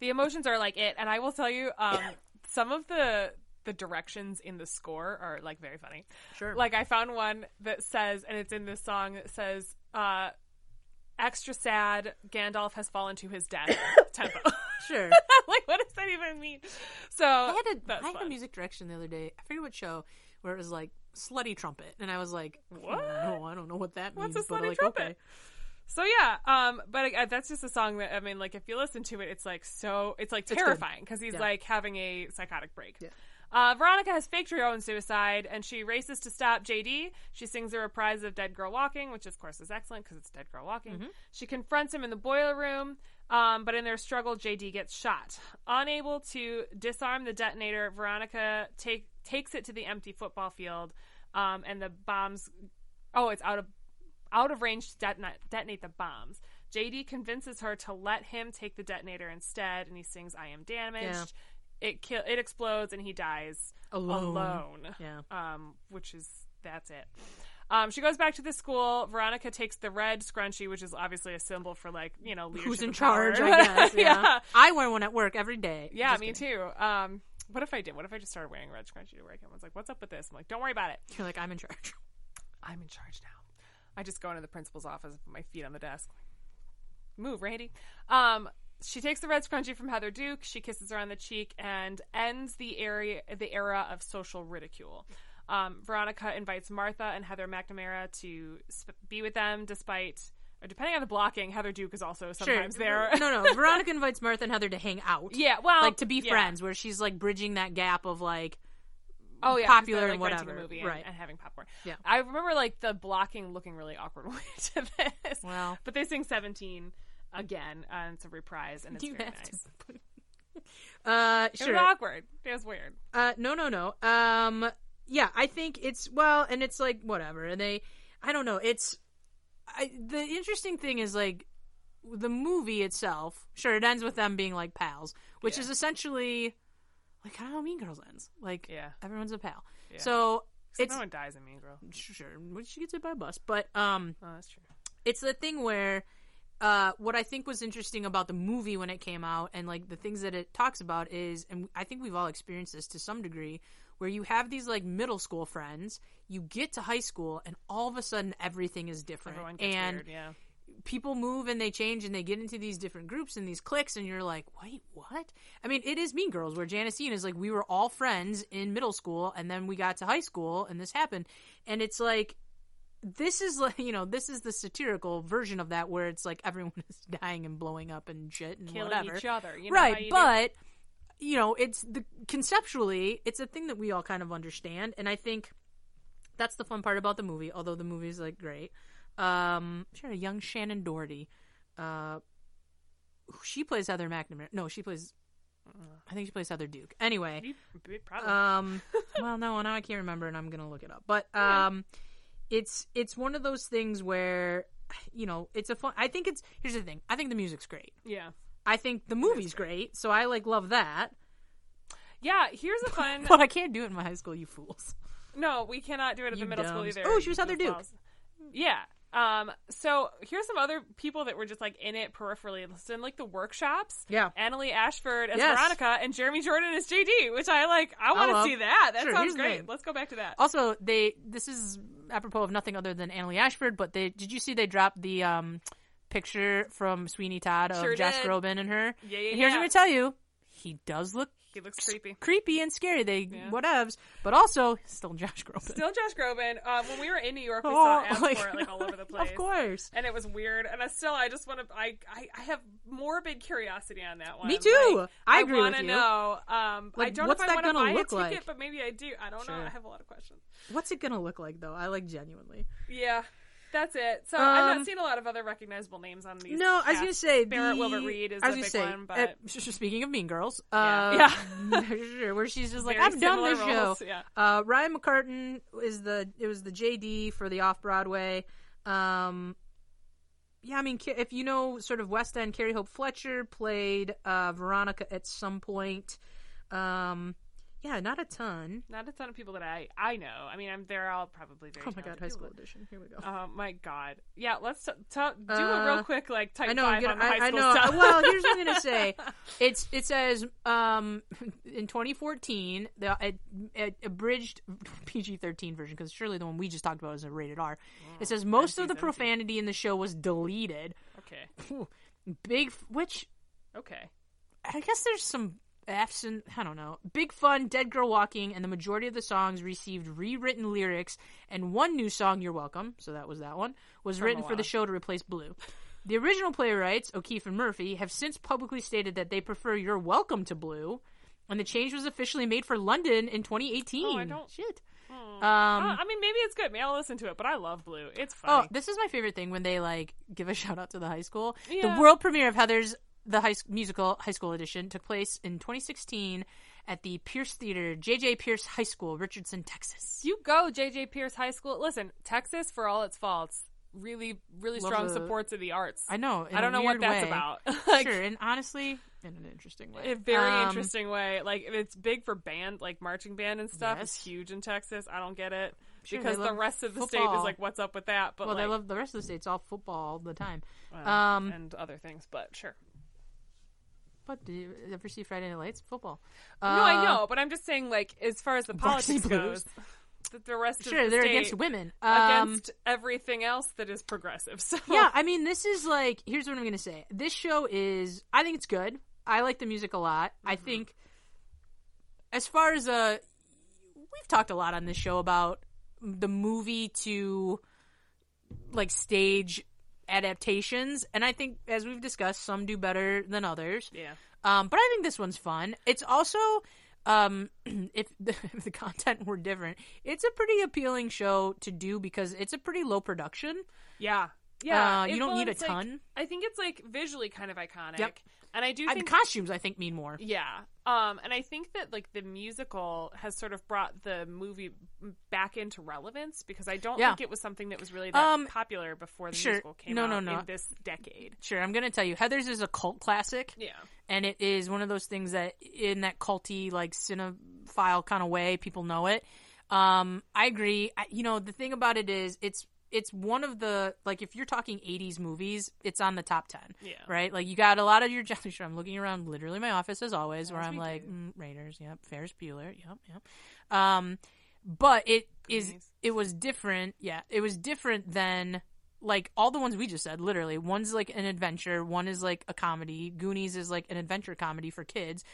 the emotions are like it, and I will tell you, um, some of the the directions in the score are like very funny. Sure. Like I found one that says, and it's in this song that says, uh, "Extra sad, Gandalf has fallen to his death." tempo. sure. like, what does that even mean? So I had a, that's I had a fun. music direction the other day. I forget what show where it was like slutty trumpet, and I was like, What? No, I don't know what that What's means. a but slutty like, trumpet? okay, So yeah, um, but uh, that's just a song that I mean, like if you listen to it, it's like so it's like good. terrifying because he's Yeah. like having a psychotic break. Yeah. Uh, Veronica has faked her own suicide, and she races to stop JD. She sings a reprise of "Dead Girl Walking," which of course is excellent because it's "Dead Girl Walking." Mm-hmm. She confronts him in the boiler room, um, but in their struggle, JD gets shot. Unable to disarm the detonator, Veronica take, takes it to the empty football field, um, and the bombs. Oh, it's out of out of range to detonate, detonate the bombs. JD convinces her to let him take the detonator instead, and he sings "I Am Damaged." It kill it explodes, and he dies alone. alone. Yeah. Um, which is that's it. Um, she goes back to the school. Veronica takes the red scrunchie, which is obviously a symbol for like you know leadership Who's in and charge? power. I guess. Yeah. yeah, I wear one at work every day. yeah, Just me kidding. too. Um, what if I did? What if I just started wearing a red scrunchie to work? Everyone's like, "What's up with this?" I'm like, "Don't worry about it. You're like I'm in charge. I'm in charge now. I just go into the principal's office, put my feet on the desk. Move, Randy. Um, she takes the red scrunchie from Heather Duke. She kisses her on the cheek and ends the area, the era of social ridicule. Um, Veronica invites Martha and Heather McNamara to sp- be with them, despite, or depending on the blocking, Heather Duke is also sometimes there. no, no. Veronica invites Martha and Heather to hang out. yeah, well, Mm-hmm. Like to be yeah. friends, where she's like bridging that gap of like, Oh yeah, 'cause popular they're, and like, renting whatever. a movie and, Right. and having popcorn. Yeah. I remember like the blocking looking really awkward when we did this. well, But they sing 17 again, uh, and it's a reprise, and it's you very have nice. to. Uh, It sure. was awkward. It was weird. Uh, no, no, no. Um, yeah, I think it's well, and it's like whatever, and they, I don't know. It's, I the interesting thing is like the movie itself. Sure, it ends with them being like pals, which Yeah. is essentially like kind of how Mean Girls ends. Like Yeah. everyone's a pal. Yeah. So no it's Mm. one dies in Mean Girl. sure when she gets hit by a bus, but um, Oh, that's true. it's the thing where uh, what I think was interesting about the movie when it came out and like the things that it talks about is, and I think we've all experienced this to some degree, where you have these like middle school friends, you get to high school, and all of a sudden everything is different. Everyone gets and weird. Yeah. people move and they change and they get into these different groups and these cliques and you're like wait what i mean it is mean girls where janice is like we were all friends in middle school and then we got to high school and this happened and it's like this is like you know this is the satirical version of that where it's like everyone is dying and blowing up and shit and killing whatever each other. You know how right you do- but you know it's the conceptually it's a thing that we all kind of understand and i think that's the fun part about the movie although the movie is like great um she had a young shannon doherty uh she plays heather mcnamara no she plays i think she plays heather duke anyway You- you probably- um, well, no, now I can't remember, and I'm gonna look it up. But um, it's it's one of those things where, you know, it's a fun. I think it's here's the thing. I think the music's great. yeah. I think the movie's great. So I like love that. Yeah, here's a fun. But I can't do it in my high school, you fools. no, we cannot do it at You the middle school dumbs. either. Oh, she was Miss Heather Duke. Laws. Yeah. Um, so here's some other people that were just like in it peripherally. It's in like the workshops. Yeah. Annalie Ashford as Yes. Veronica and Jeremy Jordan as JD, which I like. I want to love. see that. That Sure, sounds here's the great. name. Oh, Let's go back to that. Also, they this is apropos of nothing other than Annalie Ashford. But they did you see they dropped the um picture from Sweeney Todd of Sure Josh did. Groban and her? Yeah, yeah, And here's yeah. what I tell you. He does look He looks creepy. creepy and scary. They whatevs, but also still Josh Groban. Oh, Still Josh Groban. Um, when we were in New York, we saw ads for it like all over the place. Of course. And it was weird. And I still, I just want to, I, I, I have morbid curiosity on that one. Me too. Like, I agree wanna with you. know. Um, I Like, don't what's know if I that want to gonna buy look a ticket, like? but maybe I do. I don't know. Sure. I have a lot of questions. What's it gonna look like though? I like genuinely. Yeah, that's it. So I've not Um, seen a lot of other recognizable names on these. No, I was gonna casts. say Barrett the- Wilbur Reed is I was a gonna big say, one, but uh, sh- sh- speaking of Mean Girls, Yeah. uh, yeah, where she's just like, Very I'm done similar this roles, show. yeah. Uh, Ryan McCartan is the it was the JD for the Off Broadway. Um, yeah, I mean, Ca- if you know sort of West End, Carrie Hope Fletcher played uh, Veronica at some point. Um, yeah, not a ton. not a ton of people that I I know. I mean, I'm they're all probably very. Oh my god, talented High people. School Edition. Here we go. Oh my god! Yeah, let's t- t- do a Uh, real quick like type I know. I'm five gonna, on the I, high I school know. stuff. Well, here's what I'm gonna say. It's it says um, in 2014 the a, a abridged PG-13 version because surely the one we just talked about is a rated R. It says most of the profanity in the show was deleted. okay, Big, f- which okay. I guess there's some F's and I don't know. Big Fun, Dead Girl Walking, and the majority of the songs received rewritten lyrics, and one new song, You're Welcome, so that was that one, was written for the show to replace Blue. The original playwrights, O'Keefe and Murphy, have since publicly stated that they prefer You're Welcome to Blue, and the change was officially made for London in 2018. Oh, I don't- Shit. Uh, Um, I mean, maybe it's good. Maybe I'll listen to it. But I love Blue. It's Oh, funny. this is my favorite thing when they like give a shout out to the high school. Yeah. The world premiere of Heather's the high s- musical High School Edition took place in 2016 at the Pierce Theater, JJ Pierce High School, Richardson, Texas. You go, JJ Pierce High School. Listen, Texas, for all its faults, really, really Love strong the- supports of the arts. I know. in I a don't know what weird that's way. about. like, sure, and honestly, in an interesting way. a very Um, interesting way. Like it's big for band, like marching band and stuff. It's Yes. huge in Texas. I don't get it Sure, because they the love rest of the state is football. like, what's up with that? But Well, like, they love the rest of the states all football all the time. well, um, and other things. But sure. But do you ever see Friday Night Lights? Football. no, I Uh, know. But I'm just saying, like, as far as the Varsity politics goes, Blues. that the rest Sure, of the they're state against women. Um, against everything else that is progressive. So yeah, I mean, this is like, here's what I'm going to say. This show is, I think it's good. I like the music a lot. I think, as far as, uh, we've talked a lot on this show about the movie to, like, stage adaptations. And I think, as we've discussed, some do better than others. yeah. Um, but I think this one's fun. It's also, um, if, the, if the content were different, it's a pretty appealing show to do because it's a pretty low production. Yeah. Yeah. Uh, you It- don't well, need a it's, like- ton. I think it's like visually kind of iconic. Yep. And I do I, Uh, the think costumes, I think, mean more. yeah. Um and I think that like the musical has sort of brought the movie back into relevance because I don't Yeah. think it was something that was really that Um, popular before the sure. musical came No, out no, no. in this decade. Sure, I'm going to tell you, Heather's is a cult classic, Yeah. and it is one of those things that, in that culty, like cinephile kind of way, people know it. Um, I agree. I, you know, the thing about it is, it's it's one of the like if you're talking 80s movies, it's on the top 10. Yeah. Right? Like you got a lot of your Jolly Sure. I'm looking around literally my office as always where As I'm we like do. mm, Raiders, yep, Ferris Bueller, yep, yep. Um but it is Goonies. it was different. Yeah, it was different than like all the ones we just said, literally, one's like an adventure, one is like a comedy. Goonies is like an adventure comedy for kids.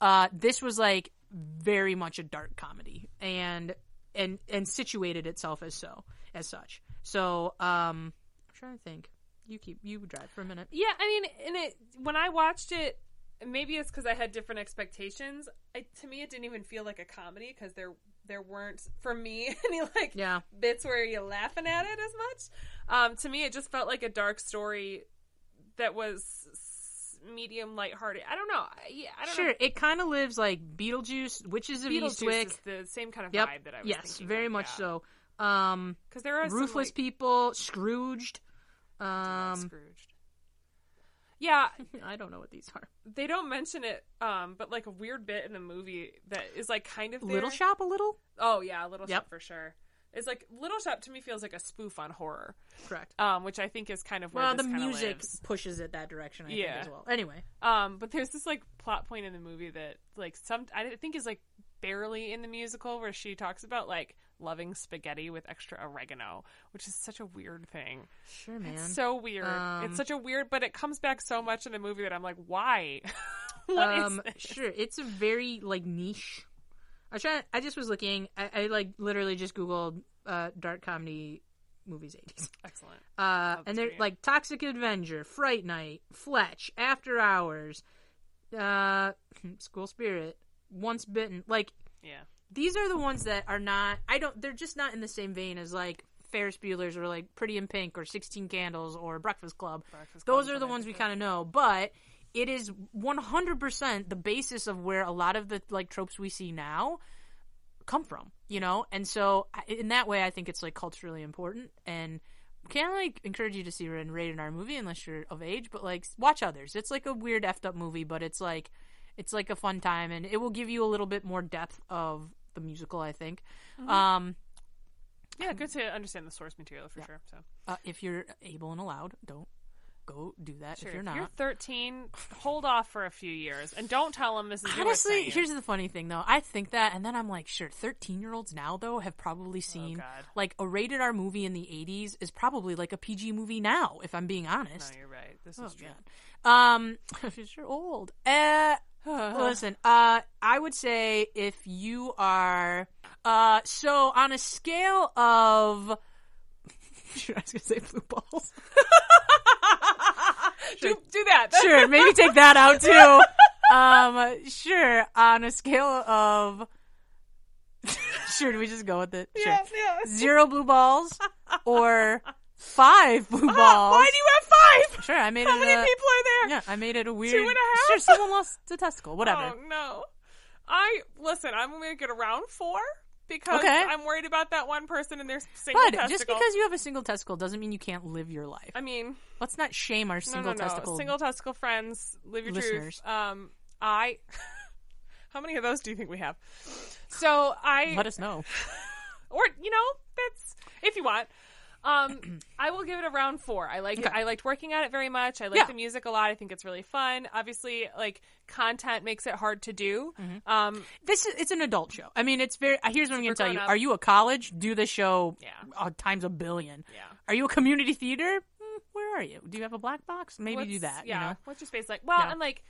Uh, this was like very much a dark comedy, and and and situated itself as so as such. So um, I'm trying to think. You keep you drive for a minute. Yeah, I mean, and it when I watched it, maybe it's because I had different expectations. I, to me, it didn't even feel like a comedy because there there weren't for me any like Yeah. bits where you're laughing at it as much. Um, to me, it just felt like a dark story that was s- medium lighthearted. I don't know. I, yeah, I don't Sure, know. it kind of lives like Beetlejuice, Witches of Beetlejuice Eastwick. is the same kind of Yep. vibe that I was yes, thinking very of, much yeah. so. Um, Because there are Ruthless some, People, Scrooged. like, Um, Scrooged. Yeah, I don't know what these are. they don't mention it, um, but like a weird bit in the movie that is like kind of there. Little Shop, a little. Oh yeah, Little Yep. Shop for sure. It's like Little Shop to me feels like a spoof on horror, Correct. um, which I think is kind of where well, the this kinda music lives. pushes it that direction. I Yeah. think as well. Anyway, Um, but there's this like plot point in the movie that like some I think is like barely in the musical where she talks about like loving spaghetti with extra oregano, which is such a weird thing. sure, man. It's so weird. Um, it's such a weird, but it comes back so much in the movie that I'm like, why? What is um, sure, it's a very like niche. I try. I just was looking. I, I like literally just googled uh, dark comedy movies eighties. excellent? Uh, Oh, and they're sweet. like Toxic Avenger, Fright Night, Fletch, After Hours, uh, School Spirit, Once Bitten. Like Yeah. these are the ones that are not. I don't. They're just not in the same vein as like Ferris Bueller's or like Pretty in Pink or Sixteen Candles or Breakfast Club. Breakfast Club Those is are the what I ones we think kind of know, but it is 100% the basis of where a lot of the like tropes we see now come from, you know? And so I- in that way I think it's like culturally important and can't like encourage you to see a rated R movie unless you're of age, but like watch others. It's like a weird effed up movie, but it's like it's like a fun time and it will give you a little bit more depth of the musical, I think. Mm-hmm. Um Yeah, good to understand the source material for sure. So uh, if you're able and allowed, don't go do that sure, if you're not. 13, hold off for a few years and don't tell them this is Honestly, here's the funny thing though. I think that, and then I'm like, sure, 13 year olds now though have probably seen Oh, God. like a rated R movie in the 80s is probably like a PG movie now, if I'm being honest. No, you're right. This Oh, is true. God. Um, because you're old. Uh, Uh-huh. listen, uh, I would say if you are, uh, so on a scale of, sure, I was gonna say blue balls. do, do that. sure, maybe take that out too. Um, sure. On a scale of, sure, do we just go with it? Sure. Yeah, yeah. Zero blue balls or five blue balls? Why do you have five? Sure, I made How it. many a, people are there? uh, Yeah, I made it a weird. and a half? Sure, someone lost a testicle. Whatever. Oh no. I listen. I'm gonna get around four because Okay. I'm worried about that one person and their single but testicle. just because you have a single testicle doesn't mean you can't live your life. I mean, Let's not shame our single no, no, no. testicle. Single testicle friends, live your Listeners. truth. Um, I. How many of those do you think we have? So I Let us know. or you know that's if you want um i will give it a round four i like Okay. i liked working on it very much i like Yeah. the music a lot i think it's really fun obviously like content makes it hard to do Mm-hmm. um This is it's an adult show. I mean, it's very. Here's what I'm going to tell you. grown up. Are you a college? Do the show Yeah. uh, times a billion. yeah Are you a community theater? Mm, Where are you? Do you have a black box? Maybe What's- do that. yeah You know? what's your space like well Yeah. and like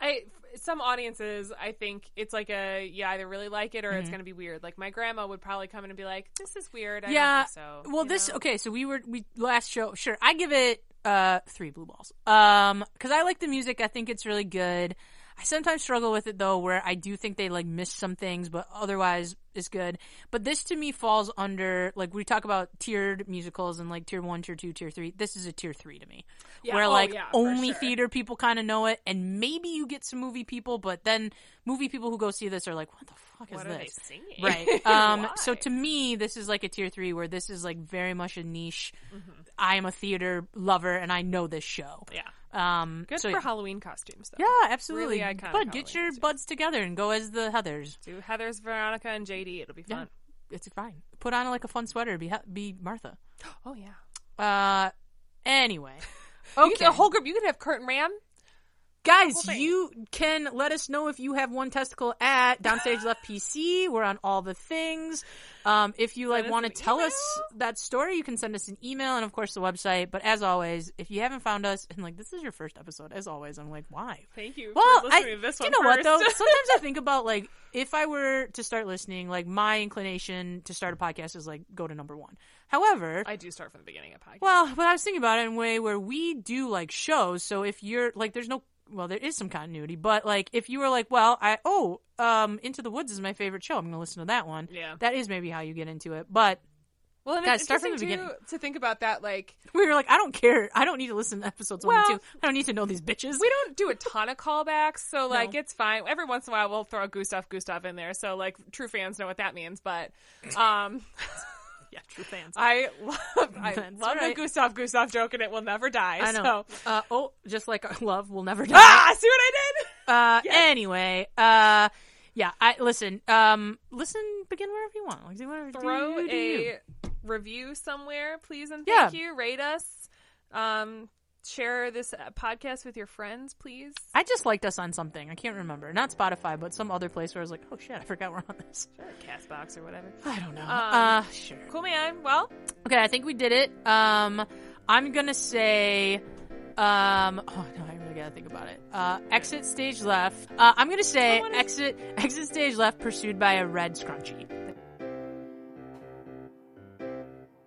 I, some audiences, I think it's like a you either really like it or Mm-hmm. it's going to be weird. Like my grandma would probably come in and be like, "This is weird." I yeah. don't think so. Well, you this know? okay. So we were we last show. Sure, I give it uh three blue balls. Um, because I like the music. I think it's really good. I sometimes struggle with it though, where I do think they like miss some things, but otherwise is good. But this to me falls under like we talk about tiered musicals and like tier one, tier two, tier three. This is a tier three to me, Yeah, where oh, like yeah, for only sure. theater people kind of know it, and maybe you get some movie people, but then movie people who go see this are like, what the fuck is what are this? they singing? Right. Um, so Why? to me, this is like a tier three where this is like very much a niche. Mm-hmm. I am a theater lover and I know this show. yeah, Um, good so for yeah. Halloween costumes. Though. Yeah, absolutely. Really Bud, iconic get Halloween your costumes. buds together and go as the Heathers. Do Heather's, Veronica, and JD. It'll be fun. It's fine. Put on like a fun sweater. Be be Martha. Oh yeah. Uh, anyway. Okay. The whole group. You could have Kurt and Ram. Guys, thanks. you can let us know if you have one testicle at Downstage Left PC. We're on all the things. Um, if you like us want to an tell email? us that story, you can send us an email and of course the website. But as always, if you haven't found us and like this is your first episode, as always, I'm like, why? Thank you Well, for I, listening to this do one you know what first. though? Sometimes I think about like if I were to start listening, like my inclination to start a podcast is like go to number one. However, I do start from the beginning of podcast. well, but I was thinking about it in a way where we do like shows. So if you're like, there's no, well, there is some continuity, but like if you were like, well, I oh, um, Into the Woods is my favorite show. I'm gonna listen to that one. Yeah. that is maybe how you get into it. But Well, and Guys, it's start from the interesting, too, to think about that. Like, we were like, I don't care. I don't need to listen to episodes one Well- and two. I don't need to know these bitches. we don't do a ton of callbacks, so like No. it's fine. Every once in a while, we'll throw a Gustav Gustav in there, so like true fans know what that means. But um, yeah, true fans. I, I love, I That's love the right. Gustav Gustav joke, and it will never die. know. So. Uh, oh, just like our love will never die. Ah, see what I did? Uh, anyway, uh, yeah. I listen. Um, listen. Begin wherever you want. Like do whatever. do Throw you, do you. a review somewhere, please and Yeah. thank you. Rate us. Um, share this uh, podcast with your friends, please. I just liked us on something. I can't remember. Not Spotify, but some other place where I was like, oh shit, I forgot we're on this. Sure, Castbox or whatever. I don't know. Um, uh, sure. Cool, man. Well, Okay, I think we did it. Um, I'm gonna say, um, oh no, I really gotta think about it. Uh, exit stage left. Uh, I'm gonna say I wanna- exit exit stage left pursued by a red scrunchie.